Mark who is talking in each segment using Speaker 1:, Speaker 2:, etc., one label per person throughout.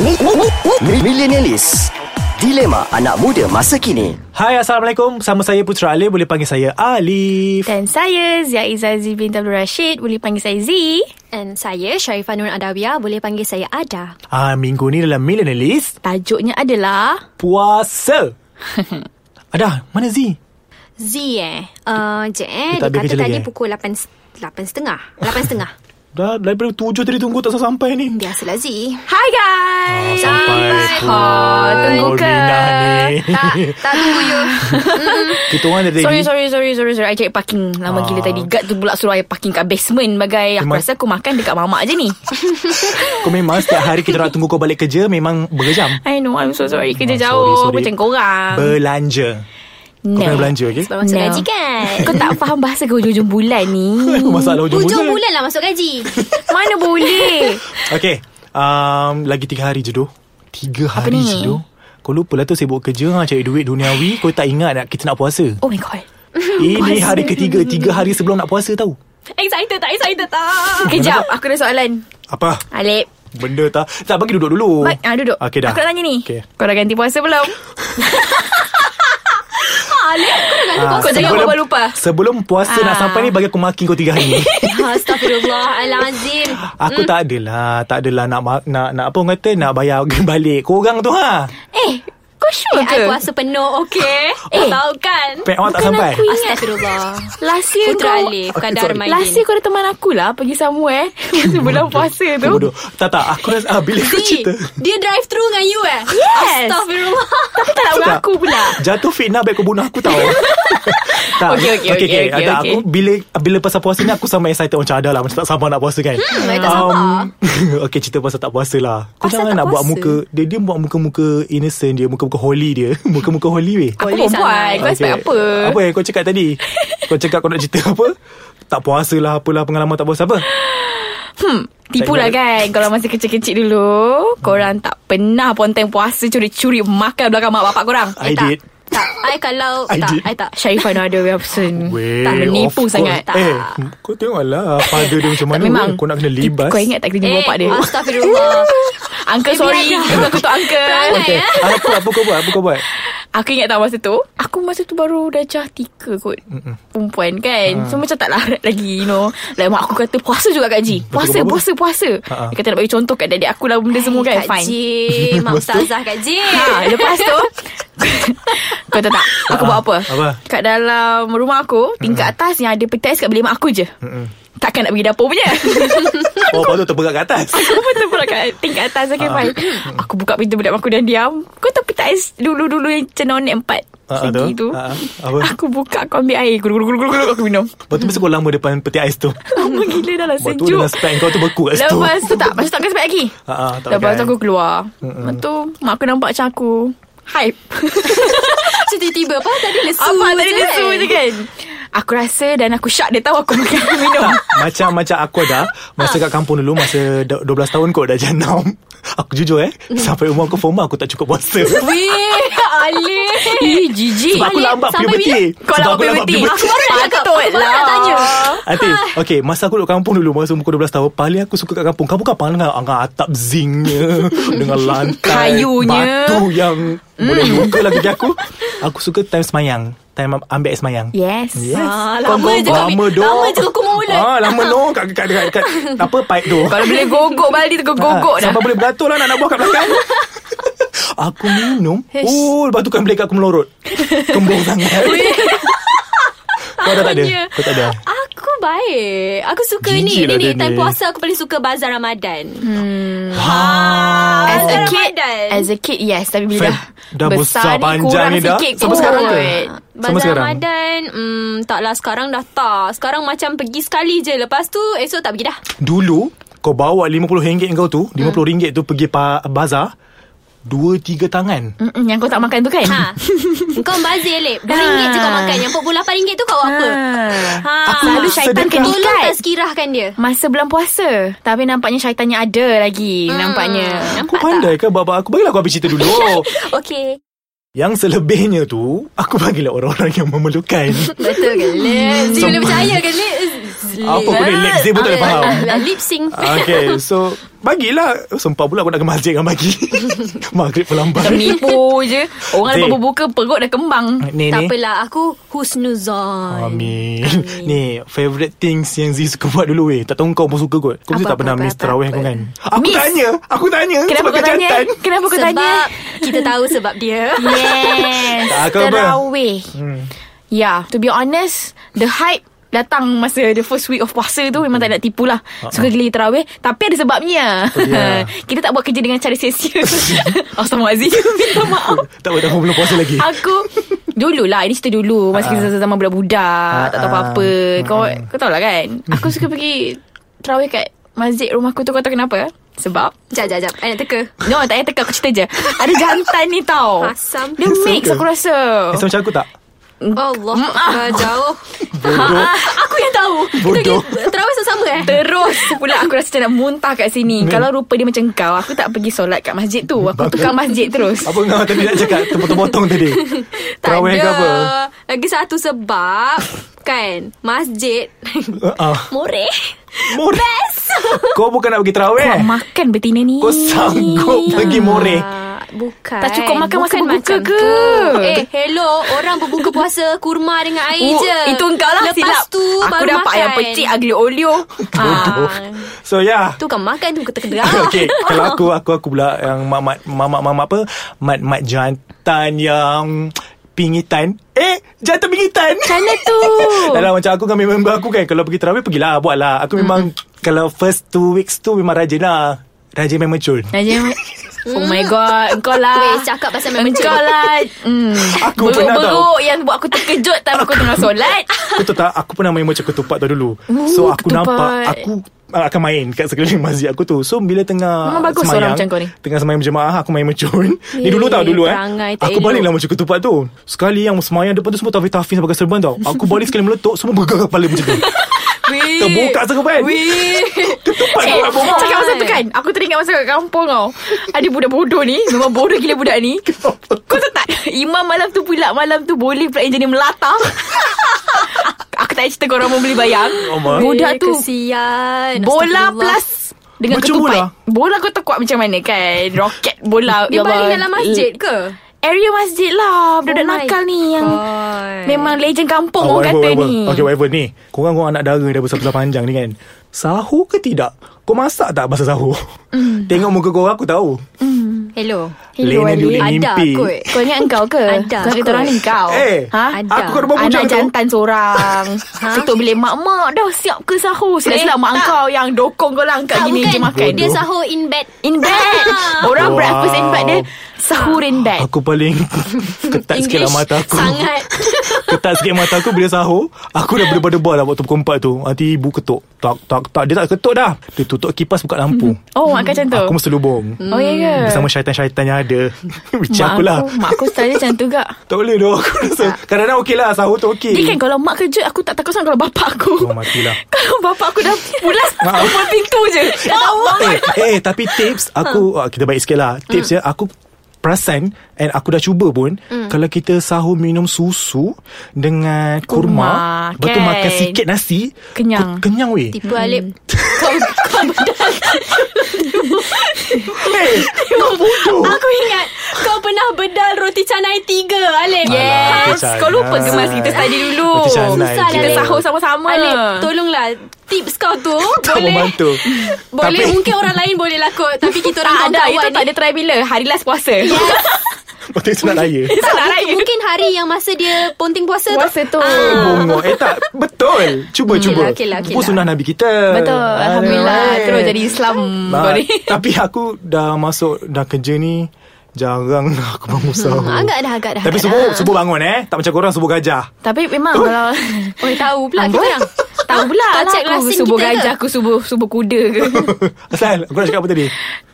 Speaker 1: Mi- mi- mi- Millenialis Dilema anak muda masa kini
Speaker 2: Hai Assalamualaikum Sama saya Putra Ali Boleh panggil saya Alif
Speaker 3: Dan saya Zia Izazi bin Abdul Rashid Boleh panggil saya Z
Speaker 4: And saya Sharifah Nur Adawiyah Boleh panggil saya Ada
Speaker 2: ah, Minggu ni dalam Millennialist
Speaker 3: Tajuknya adalah
Speaker 2: Puasa Ada Mana Z?
Speaker 4: Z eh uh, Je eh
Speaker 2: Dia tak
Speaker 4: Dia,
Speaker 2: habis
Speaker 4: kata
Speaker 2: kerja lagi,
Speaker 4: tadi
Speaker 2: eh?
Speaker 4: pukul 8 8.30 8.30
Speaker 2: Dah daripada tujuh tadi tunggu tak sampai ni
Speaker 4: Biasalah Z
Speaker 3: Hi
Speaker 2: Ah,
Speaker 3: guys
Speaker 2: pun
Speaker 3: tunggu ke?
Speaker 2: Golbina ni
Speaker 4: Tak Ah, Tak tunggu you
Speaker 2: Kita orang dari
Speaker 3: Sorry, sorry, sorry, sorry, sorry. I cari parking
Speaker 2: Ah.
Speaker 3: lama gila tadi. Guard tu pula suruh I parking kat basement bagai aku
Speaker 2: Memang-
Speaker 3: rasa aku makan dekat mamak je ni.
Speaker 2: Kau memang setiap hari kita nak tunggu kau balik kerja Memang berjam
Speaker 3: I know, I'm so sorry.
Speaker 2: Ah,
Speaker 3: Kerja
Speaker 2: sorry,
Speaker 3: jauh
Speaker 2: sorry.
Speaker 3: macam korang.
Speaker 2: Belanja Kau kena belanja okay?
Speaker 4: Sebab masuk
Speaker 3: No.
Speaker 4: gaji kan
Speaker 3: Kau tak faham bahasa ke hujung-hujung bulan ni.
Speaker 2: Masalah hujung
Speaker 4: Hujung
Speaker 2: bulan
Speaker 4: bulan lah masuk gaji
Speaker 3: Mana boleh?
Speaker 2: Okay um, Lagi tiga hari je doh Tiga hari
Speaker 3: ni?
Speaker 2: je doh Kau lupa lah tu sibuk kerja ha, Cari duit duniawi Kau tak ingat nak, kita nak puasa
Speaker 3: Oh my god.
Speaker 2: Ini hari ketiga Tiga hari sebelum nak puasa tau
Speaker 3: Excited tak? Excited tak? Kejap, aku ada soalan.
Speaker 2: Apa?
Speaker 3: Alip.
Speaker 2: Benda tak Tak bagi duduk dulu
Speaker 3: Baik, ah, duduk.
Speaker 2: Okey Oh. dah
Speaker 3: Aku nak tanya ni.
Speaker 2: Okey.
Speaker 3: Okay. Kau dah ganti puasa belum?
Speaker 2: Ah,
Speaker 3: Kau jangan
Speaker 2: sebelum-
Speaker 3: buat lupa.
Speaker 2: Sebelum puasa nak
Speaker 3: Ah.
Speaker 2: sampai ni Bagi aku maki kau tiga hari
Speaker 4: Astaghfirullahalazim
Speaker 2: Aku
Speaker 3: Hmm.
Speaker 2: tak adalah Tak adalah nak ma- nak nak apa orang kata Nak bayar balik Korang tu ha
Speaker 4: Eh
Speaker 3: Kau sure
Speaker 4: Eh
Speaker 3: ke?
Speaker 4: I puasa penuh Okay
Speaker 3: Eh.
Speaker 4: eh. Tahu kan
Speaker 2: Pek awak tak
Speaker 3: Bukan
Speaker 2: sampai
Speaker 3: aku ingat.
Speaker 4: Astagfirullah
Speaker 3: Last year
Speaker 4: Putra
Speaker 3: kau
Speaker 4: Alif
Speaker 2: Okay,
Speaker 4: Kadar
Speaker 2: sorry.
Speaker 4: Maidin
Speaker 3: Last year kau ada teman akulah Pergi somewhere Sebelum puasa tu
Speaker 2: Bodoh Tak tak aku rasa ah, Bila kau cerita
Speaker 4: Dia drive through dengan you eh
Speaker 3: Yes.
Speaker 4: Astagfirullah
Speaker 3: Tapi tak nak
Speaker 2: Tak.
Speaker 3: mengaku pula
Speaker 2: Jatuh fitnah Baik kau bunuh aku tau tak,
Speaker 3: Okey, okey, okey,
Speaker 2: okey,
Speaker 3: okey,
Speaker 2: tak,
Speaker 3: okey.
Speaker 2: Aku bila bila pasal puasa ni Aku sama excited macam ada lah Macam tak sabar nak puasa kan hmm,
Speaker 4: I tak sabar.
Speaker 2: Okay cerita pasal tak puasa lah Kau
Speaker 4: Pasal
Speaker 2: jangan
Speaker 4: tak
Speaker 2: nak buat
Speaker 4: puasa?
Speaker 2: muka Dia dia buat muka-muka innocent dia Muka-muka holy dia Muka-muka holy weh
Speaker 3: Aku
Speaker 4: Boleh
Speaker 3: perempuan
Speaker 4: sangat.
Speaker 3: Kau expect apa
Speaker 2: Apa yang kau cakap tadi Kau cakap kau nak cerita apa Tak puasa lah Apalah pengalaman tak puasa apa
Speaker 3: Eh, Tipu lah kan Kalau masa kecil-kecil dulu Korang tak pernah Ponteng puasa Curi-curi makan Belakang mak bapak korang
Speaker 2: I
Speaker 4: Eh, tak.
Speaker 2: did
Speaker 4: Tak I kalau
Speaker 2: I
Speaker 4: Tak
Speaker 2: did.
Speaker 4: I tak
Speaker 3: Syarifah Nada Wilson
Speaker 2: Weh,
Speaker 3: Tak
Speaker 2: of
Speaker 3: menipu
Speaker 2: course.
Speaker 3: sangat Tak
Speaker 2: Eh kau tengoklah Father dia macam mana
Speaker 3: memang
Speaker 2: weh. Kau nak kena libas
Speaker 3: Kau ingat tak
Speaker 4: Eh,
Speaker 3: kerja bapak dia
Speaker 4: Astagfirullah
Speaker 3: Uncle
Speaker 4: Baby
Speaker 3: sorry
Speaker 4: Adam.
Speaker 3: Aku kutuk uncle
Speaker 4: Perangai.
Speaker 2: Okay. Ah, apa apa kau buat? Apa kau buat?
Speaker 3: Aku ingat tak masa tu Aku masa tu baru darjah tiga kot Mm-mm. Perempuan
Speaker 2: Ah.
Speaker 3: kan So macam tak larat lagi You know Like mak aku kata Puasa juga Kak Ji
Speaker 2: kau
Speaker 3: Puasa
Speaker 2: buat
Speaker 3: puasa puasa
Speaker 2: Ha-ha.
Speaker 3: Dia kata nak bagi contoh kat adik aku lah Benda semua kan
Speaker 4: Kak
Speaker 3: Fine
Speaker 4: J Mak Ustazah Kak J
Speaker 3: Ha, lepas tu Kau tahu tak Aku buat apa
Speaker 2: Ah, Apa?
Speaker 3: Kat dalam rumah aku Tingkat atas yang ada petais kat bilik mak aku je Takkan nak pergi dapur punya
Speaker 2: Oh, patut terpegat kat atas.
Speaker 3: Aku pun terpulak kat tingkat atas Okay
Speaker 2: Ah.
Speaker 3: fine Aku buka pintu budak aku dan diam Kau tahu petais dulu-dulu yang cenonek empat
Speaker 2: Ah, ah,
Speaker 3: Segi
Speaker 2: tu.
Speaker 3: tu
Speaker 2: Ah, ah. Apa?
Speaker 3: Aku buka aku ambil air Gulung-gulung aku minum
Speaker 2: Lepas tu mesti kau lama depan peti ais tu.
Speaker 3: Lama gila dah lah
Speaker 2: Lepas tu
Speaker 3: sejuk
Speaker 2: dengan spek kau tu beku kat situ.
Speaker 3: Lepas tu tak Lepas tu tak kena sebab lagi
Speaker 2: Ha, ha, tak
Speaker 3: Lepas tu
Speaker 2: pakai.
Speaker 3: aku keluar Lepas tu Mak aku nampak macam aku Hype
Speaker 4: Macam tiba-tiba Apa tadi lesu
Speaker 3: Apa tadi dia
Speaker 4: kan?
Speaker 3: suruh je kan Aku rasa dan aku syak Dia tahu aku makan aku minum
Speaker 2: Tak, macam macam aku dah masa kat kampung dulu masa da- 12 tahun kot dah jenam. Aku jujur eh, sampai umur aku formal aku tak cukup puasa.
Speaker 4: Weh Alif
Speaker 3: Ih jijik
Speaker 2: Sebab aku
Speaker 4: Alif,
Speaker 2: lambat
Speaker 4: sampai
Speaker 2: puberti.
Speaker 3: Kau
Speaker 2: Sebab
Speaker 3: lah
Speaker 2: aku lambat
Speaker 3: puberti Aku
Speaker 2: puberti.
Speaker 3: baru nak
Speaker 4: Aku lah.
Speaker 3: cakap
Speaker 4: baru nak tanya.
Speaker 2: Atif,
Speaker 3: Ah.
Speaker 2: okay, masa aku duduk kampung dulu, masa umur 12 tahun, paling aku suka kat kampung. Kampung kan kapang dengan, dengan atap zinknya, dengan lantai,
Speaker 3: Kayunya. Mm.
Speaker 2: batu yang boleh luka lah kaki aku. Aku suka time semayang, time am- ambil air semayang.
Speaker 3: Yes lah.
Speaker 2: Yes.
Speaker 4: Ah,
Speaker 3: Kau
Speaker 4: lama je kau-
Speaker 2: lama doh.
Speaker 4: Lama je kau mulut
Speaker 2: Ah, lama doh kat kat kat, kat apa pipe doh.
Speaker 3: Kalau boleh gogok Bali tu kau gogok
Speaker 2: Ah,
Speaker 3: dah
Speaker 2: Sampai boleh beratur lah anak buah kat belakang. aku minum. Oh, lepas tu kan balik aku melorot. Kembung sangat. Kau dah tak ada.
Speaker 4: Apanya?
Speaker 2: Kau tak ada.
Speaker 4: Aku baik Aku suka
Speaker 2: Jijik
Speaker 4: ni
Speaker 2: lah
Speaker 4: Ni ni
Speaker 2: dia ni.
Speaker 4: time puasa Aku paling suka bazar Ramadan
Speaker 2: Ha.
Speaker 3: As a
Speaker 4: Ramadan.
Speaker 3: kid As a kid yes Tapi bila
Speaker 2: Fam,
Speaker 3: dah
Speaker 2: dah besar,
Speaker 3: ni,
Speaker 2: panjang
Speaker 3: kurang
Speaker 2: ni dah.
Speaker 3: sikit
Speaker 2: Sampai sekarang ke?
Speaker 3: kot. Ah,
Speaker 2: Sama
Speaker 4: Bazar
Speaker 2: sekarang?
Speaker 4: Ramadan hmm, Taklah sekarang dah tak Sekarang macam pergi sekali je Lepas tu esok tak pergi dah
Speaker 2: Dulu kau bawa RM50 kau tu, RM50 tu pergi pa- bazar, dua tiga tangan.
Speaker 3: Mm-mm, Yang kau tak makan tu kan
Speaker 4: ha. Kau bazir lep RM2 je kau
Speaker 3: Ha.
Speaker 4: makan Yang RM48 tu kau buat apa ha.
Speaker 2: Aku
Speaker 3: Selalu syaitan
Speaker 2: sedekah.
Speaker 3: kena
Speaker 4: Tolong
Speaker 3: ikat Hmm.
Speaker 4: tak sekirahkan dia
Speaker 3: Masa bulan puasa Tapi nampaknya syaitannya ada lagi
Speaker 4: Hmm.
Speaker 3: Nampaknya
Speaker 2: Kau pandai ke bapak aku? Bagilah aku habis cerita dulu.
Speaker 4: Okay
Speaker 2: Yang selebihnya tu, aku bagilah orang-orang yang memerlukan.
Speaker 4: Betul ke Lep Zee
Speaker 2: Sampai-
Speaker 4: boleh percaya ke Lep
Speaker 2: Apa kau ni lip Zip pun tak boleh faham
Speaker 4: Lip sync
Speaker 2: Ah, Okay so Bagilah Sumpah pula aku nak ke masjid dengan pagi Maghrib pelambat
Speaker 3: Menipu je Orang
Speaker 2: Zee.
Speaker 3: dah berbuka Perut dah kembang
Speaker 2: Ni ni
Speaker 4: Tak apalah Aku husnuzon
Speaker 2: Amin. Ni Favourite things Yang Zee suka buat dulu weh Tak tahu kau pun suka kot Kau mesti
Speaker 4: Apa,
Speaker 2: tak
Speaker 4: apa,
Speaker 2: pernah
Speaker 4: apa,
Speaker 2: miss
Speaker 4: apa,
Speaker 2: terawih
Speaker 4: apa.
Speaker 2: kau kan Aku
Speaker 3: Miss.
Speaker 2: tanya Aku tanya
Speaker 3: Kenapa
Speaker 2: sebab
Speaker 3: kau tanya
Speaker 2: kejatan.
Speaker 3: Kenapa kau
Speaker 4: Sebab
Speaker 3: tanya
Speaker 4: Kita tahu sebab dia
Speaker 3: Yes
Speaker 2: Tak, Ah, kau apa? Hmm.
Speaker 3: Terawih Yeah To be honest The hype Datang masa the first week of puasa tu Memang tak nak tipu lah
Speaker 2: Ah,
Speaker 3: Suka gila terawih Tapi ada sebabnya
Speaker 2: dia.
Speaker 3: Kita tak buat kerja dengan cara sia-sia Astaghfirullahaladzim Minta maaf
Speaker 2: Tak apa dah belum puasa lagi
Speaker 3: Aku Dululah Ini cerita dulu Masa kita zaman budak-budak Tak
Speaker 2: Ah, ah.
Speaker 3: tahu apa-apa Kau kau tahu lah kan Aku suka pergi Terawih kat Masjid rumah aku tu Kau tahu kenapa Sebab
Speaker 4: Jap jap jap Ayat teka
Speaker 3: No tak payah teka Aku cerita je Ada jantan ni tau
Speaker 4: Asam.
Speaker 3: Dia
Speaker 2: Asam
Speaker 3: mix
Speaker 2: ke?
Speaker 3: aku rasa
Speaker 2: Eh, so macam aku tak
Speaker 4: Allah dah Ah, Jauh
Speaker 2: Bodoh
Speaker 4: Aku yang tahu
Speaker 2: Bodoh.
Speaker 4: Kita pergi terawih sama-sama eh
Speaker 3: Terus pula aku rasa macam nak muntah kat sini Kalau rupa dia macam kau Aku tak pergi solat kat masjid tu Aku
Speaker 2: Bagus.
Speaker 3: tukar masjid terus
Speaker 2: Apa kau tadi nak cakap Terpotong-potong tadi
Speaker 4: Tak
Speaker 2: Terawih
Speaker 4: ada
Speaker 2: ke apa
Speaker 4: Lagi satu sebab Kan Masjid
Speaker 2: Ah,
Speaker 4: Murih
Speaker 2: Murah Kau bukan nak pergi terawih
Speaker 3: Kau makan betina ni
Speaker 2: Kau sanggup pergi moreh
Speaker 4: Ah, Bukan
Speaker 3: Tak cukup makan masa
Speaker 4: Bukan
Speaker 3: berbuka
Speaker 4: macam
Speaker 3: ke?
Speaker 4: tu. Eh hello Orang berbuka puasa Kurma dengan air
Speaker 3: Oh,
Speaker 4: je
Speaker 3: Itu engkau lah
Speaker 4: Lepas
Speaker 3: silap
Speaker 4: tu
Speaker 3: Aku
Speaker 4: baru
Speaker 3: dapat
Speaker 4: makan. Ah.
Speaker 3: yang pecik Agli olio
Speaker 2: Bodoh So ya. yeah
Speaker 4: Tu kan makan tu Ketegak
Speaker 2: Okay Kalau aku Aku aku pula Yang mamat Mamat mamat apa Mat mat jantan Yang Pingitan Eh Jantan pingitan
Speaker 3: Mana tu
Speaker 2: Dalam macam aku dengan member aku kan Kalau pergi terawih Pergilah buat lah Aku memang Kalau first two weeks tu Memang rajin lah Rajin main mercun
Speaker 3: Najib Oh my god Engkau lah
Speaker 4: Weh, cakap pasal memang
Speaker 3: Engkau lah mm,
Speaker 2: Aku pernah tau.
Speaker 3: Beruk-beruk yang buat aku terkejut Time aku tengah solat
Speaker 2: Kau tahu tak Aku pernah main macam ketupat tau dulu So aku
Speaker 3: ketupat.
Speaker 2: nampak Aku uh, akan main kat sekeliling masjid aku tu So bila tengah
Speaker 3: Memang bagus orang
Speaker 2: semayang
Speaker 3: macam kau ni.
Speaker 2: Tengah semayang berjemaah Aku main mercun Ni
Speaker 4: Eh,
Speaker 2: dulu tau dulu eh
Speaker 4: perangai tak
Speaker 2: Aku
Speaker 4: elok.
Speaker 2: baliklah macam ketupat tu Sekali yang semayang depan tu Semua tafis-tafis pakai serban tau Aku balik sekali meletup Semua bergerak kepala macam tu
Speaker 3: Weh.
Speaker 2: Terbuka serban
Speaker 3: Weh.
Speaker 2: Ketupat
Speaker 3: Eh,
Speaker 2: kau nak bohong
Speaker 3: cakap pasal tu kan Aku teringat masa kat kampung tau Ada budak bodoh ni Memang bodoh gila budak ni Kau tahu tak Imam malam tu pula Malam tu boleh pula yang jenis melata Aku tak cerita korang mau beli bayang
Speaker 2: Amat.
Speaker 3: Budak tu
Speaker 4: Kesian
Speaker 3: Bola
Speaker 4: Astagfirullah.
Speaker 3: plus Dengan
Speaker 2: Macam
Speaker 3: ketupat
Speaker 2: bola?
Speaker 3: Bola kau tahu kuat macam mana kan Roket bola Ya
Speaker 4: Dia
Speaker 3: Allah.
Speaker 4: baring dalam masjid ke
Speaker 3: Area masjid lah Budak-budak
Speaker 4: Oh my
Speaker 3: nakal ni Yang
Speaker 4: God.
Speaker 3: Memang legend kampung
Speaker 2: Oh,
Speaker 3: Orang kata
Speaker 2: whatever.
Speaker 3: ni
Speaker 2: Okay whatever ni Korang korang anak dara Daripada sebelah panjang ni kan Sahur ke tidak Kau masak tak pasal sahur
Speaker 3: Hmm.
Speaker 2: Tengok muka korang aku tahu
Speaker 4: Hello
Speaker 3: Hello,
Speaker 2: Lena
Speaker 3: Ali.
Speaker 2: dulu
Speaker 4: Ada
Speaker 2: mimpi
Speaker 4: kot
Speaker 3: Kau ingat engkau ke?
Speaker 4: Ada
Speaker 3: Kau ingat
Speaker 4: kot.
Speaker 3: orang ni kau?
Speaker 2: Eh,
Speaker 4: Ada.
Speaker 2: aku kat rumah bujang
Speaker 3: Anak
Speaker 2: tu.
Speaker 3: jantan seorang ha? Ketuk bilik mak-mak Dah siap ke sahur Silap-silap
Speaker 4: Eh,
Speaker 3: mak
Speaker 4: tak.
Speaker 3: kau Yang dokong kau langkat
Speaker 4: Tak
Speaker 3: Gini
Speaker 4: bukan
Speaker 3: je makan
Speaker 4: Dia sahur in bed
Speaker 3: In bed Orang
Speaker 2: Wow.
Speaker 3: breakfast in bed Dia sahur in bed
Speaker 2: Aku paling ketat sikit lah mata aku.
Speaker 4: Sangat
Speaker 2: Ketat sikit mata aku bila sahur. Aku dah berdebar-debar lah waktu pukul 4 tu. Nanti ibu ketuk. Tak, tak, tak. Dia tak ketuk dah. Dia tutup kipas buka lampu.
Speaker 3: Oh mak kau macam tu
Speaker 2: Aku berselubung.
Speaker 3: Oh ya ke?
Speaker 2: Bersama syaitan-syaitan yang ada. Macam
Speaker 3: Mak
Speaker 2: aku lah.
Speaker 3: aku, Mak aku style dia macam tu gak
Speaker 2: Tak boleh doh. Aku rasa. Kadang-kadang okey lah. Sahur tu okey.
Speaker 3: Dia kan kalau mak kejut Aku tak takut sangat kalau bapak aku
Speaker 2: Oh, matilah. Ah.
Speaker 3: Kalau bapak aku dah pulas
Speaker 2: Maaf.
Speaker 3: Buat pintu je Dah tahu
Speaker 2: eh, eh, tapi tips aku ah,
Speaker 3: Ha.
Speaker 2: kita baik sikit lah. Tips ya aku perasan and aku dah cuba pun
Speaker 3: Hmm.
Speaker 2: kalau kita sahur minum susu dengan kurma,
Speaker 3: Kurma,
Speaker 2: lepas tu
Speaker 3: kan.
Speaker 2: makan sikit nasi
Speaker 3: Kenyang.
Speaker 2: ke- kenyang weh
Speaker 4: Tipu Alip Kau Kau bedah
Speaker 2: hey, kau bodoh
Speaker 3: Ah,
Speaker 4: Aku ingat Kau pernah bedal roti canai tiga Alip
Speaker 2: Ah.
Speaker 3: Yes
Speaker 2: Alah,
Speaker 3: Kau lupa ke
Speaker 2: canai.
Speaker 3: mas Kita study dulu
Speaker 2: Roti canai
Speaker 4: Susah
Speaker 2: je.
Speaker 4: lah,
Speaker 3: Kita sahur sama-sama
Speaker 4: Alip Tolonglah Tips kau tu
Speaker 2: Tak
Speaker 4: Boleh
Speaker 2: membantu
Speaker 4: Boleh
Speaker 2: Tapi-
Speaker 4: mungkin orang lain boleh lah kot Tapi kita
Speaker 3: Tak
Speaker 4: orang
Speaker 3: Ah,
Speaker 4: kan.
Speaker 3: ada Itu
Speaker 4: kawan-kawan
Speaker 3: tak ada try bila Hari last puasa
Speaker 2: Betul sunat raya
Speaker 3: Itu tak raya
Speaker 4: Mungkin hari yang masa dia Ponting puasa tu
Speaker 3: Puasa tu
Speaker 2: Eh, Bongok Eh tak Betul Cuba
Speaker 3: Hmm.
Speaker 2: cuba
Speaker 4: okey lah, okey
Speaker 2: Pun
Speaker 4: lah.
Speaker 2: sunnah Nabi kita
Speaker 3: Betul Alhamdulillah
Speaker 2: Alright.
Speaker 3: Terus jadi Islam
Speaker 4: Hmm.
Speaker 2: Nah,
Speaker 3: kau ni.
Speaker 2: Tapi aku dah masuk Dah kerja ni Jarang lah aku bangun sahur
Speaker 4: Hmm, agak dah, agak dah, lah.
Speaker 2: Tapi
Speaker 4: agak
Speaker 2: subuh Subuh bangun eh Tak macam korang subuh gajah
Speaker 3: Tapi memang kalau Ah,
Speaker 4: Oi tahu pula kita
Speaker 3: Amboi.
Speaker 4: orang
Speaker 3: Tahu pula
Speaker 4: Kau
Speaker 3: lah
Speaker 4: check
Speaker 3: aku
Speaker 4: rasin
Speaker 3: subuh
Speaker 4: kita ke?
Speaker 3: gajah Aku subuh subuh kuda ke
Speaker 2: Asal Aku nak cakap apa tadi
Speaker 4: Eh,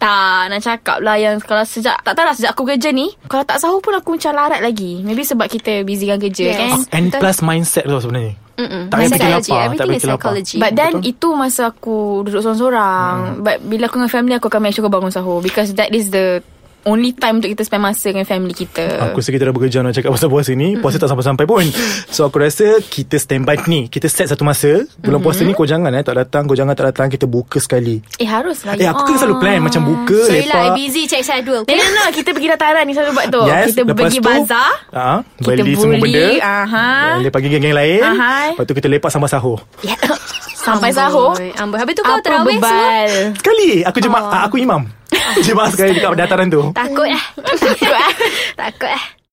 Speaker 3: Tak nak cakap lah Yang kalau sejak Tak tahu lah sejak aku kerja ni Kalau tak sahur pun aku macam larat lagi Maybe sebab kita busy dengan kerja
Speaker 4: Yes.
Speaker 3: kan
Speaker 4: Ah,
Speaker 2: Oh, And
Speaker 4: Betul.
Speaker 2: plus mindset tu sebenarnya
Speaker 4: Mm-mm.
Speaker 2: Tak payah fikir
Speaker 4: Psychology.
Speaker 2: lapar, tak
Speaker 4: Everything
Speaker 2: payah
Speaker 4: is
Speaker 2: fikir lapar.
Speaker 4: psychology
Speaker 3: But then Betul? itu masa aku duduk seorang-seorang hmm. But bila aku dengan family aku akan make sure aku bangun sahur Because that is the only time untuk kita spend masa dengan family kita.
Speaker 2: Aku rasa kita dah berjam nak cakap pasal puasa ni Puasa tak sampai-sampai pun So aku rasa kita standby ni Kita set satu masa Bulan puasa ni kau jangan eh Tak datang Kau jangan tak datang Kita buka sekali
Speaker 3: eh haruslah.
Speaker 2: Eh aku kan selalu plan Macam buka
Speaker 4: Sorry
Speaker 2: lepak
Speaker 4: lah I busy check
Speaker 3: No,
Speaker 4: schedule okay?
Speaker 3: no, no. Kita pergi dataran ni selalu buat tu.
Speaker 2: Yes
Speaker 3: kita
Speaker 2: lepas
Speaker 3: pergi
Speaker 2: tu,
Speaker 3: bazar.
Speaker 2: uh,
Speaker 3: kita
Speaker 2: Beli semua
Speaker 3: buli,
Speaker 2: benda
Speaker 4: ah.
Speaker 3: aha.
Speaker 2: Lepak geng-geng lain
Speaker 3: Aha.
Speaker 2: Lepas tu kita lepak sama sahur
Speaker 3: Yeah. ya, Sampai sahur.
Speaker 4: Amboi Habis tu kau
Speaker 3: Apa
Speaker 4: terawih semua
Speaker 3: bebal.
Speaker 2: Sekali Aku jemaah Aku imam Jemaah sekali dekat dataran tu
Speaker 4: Takut eh Takut eh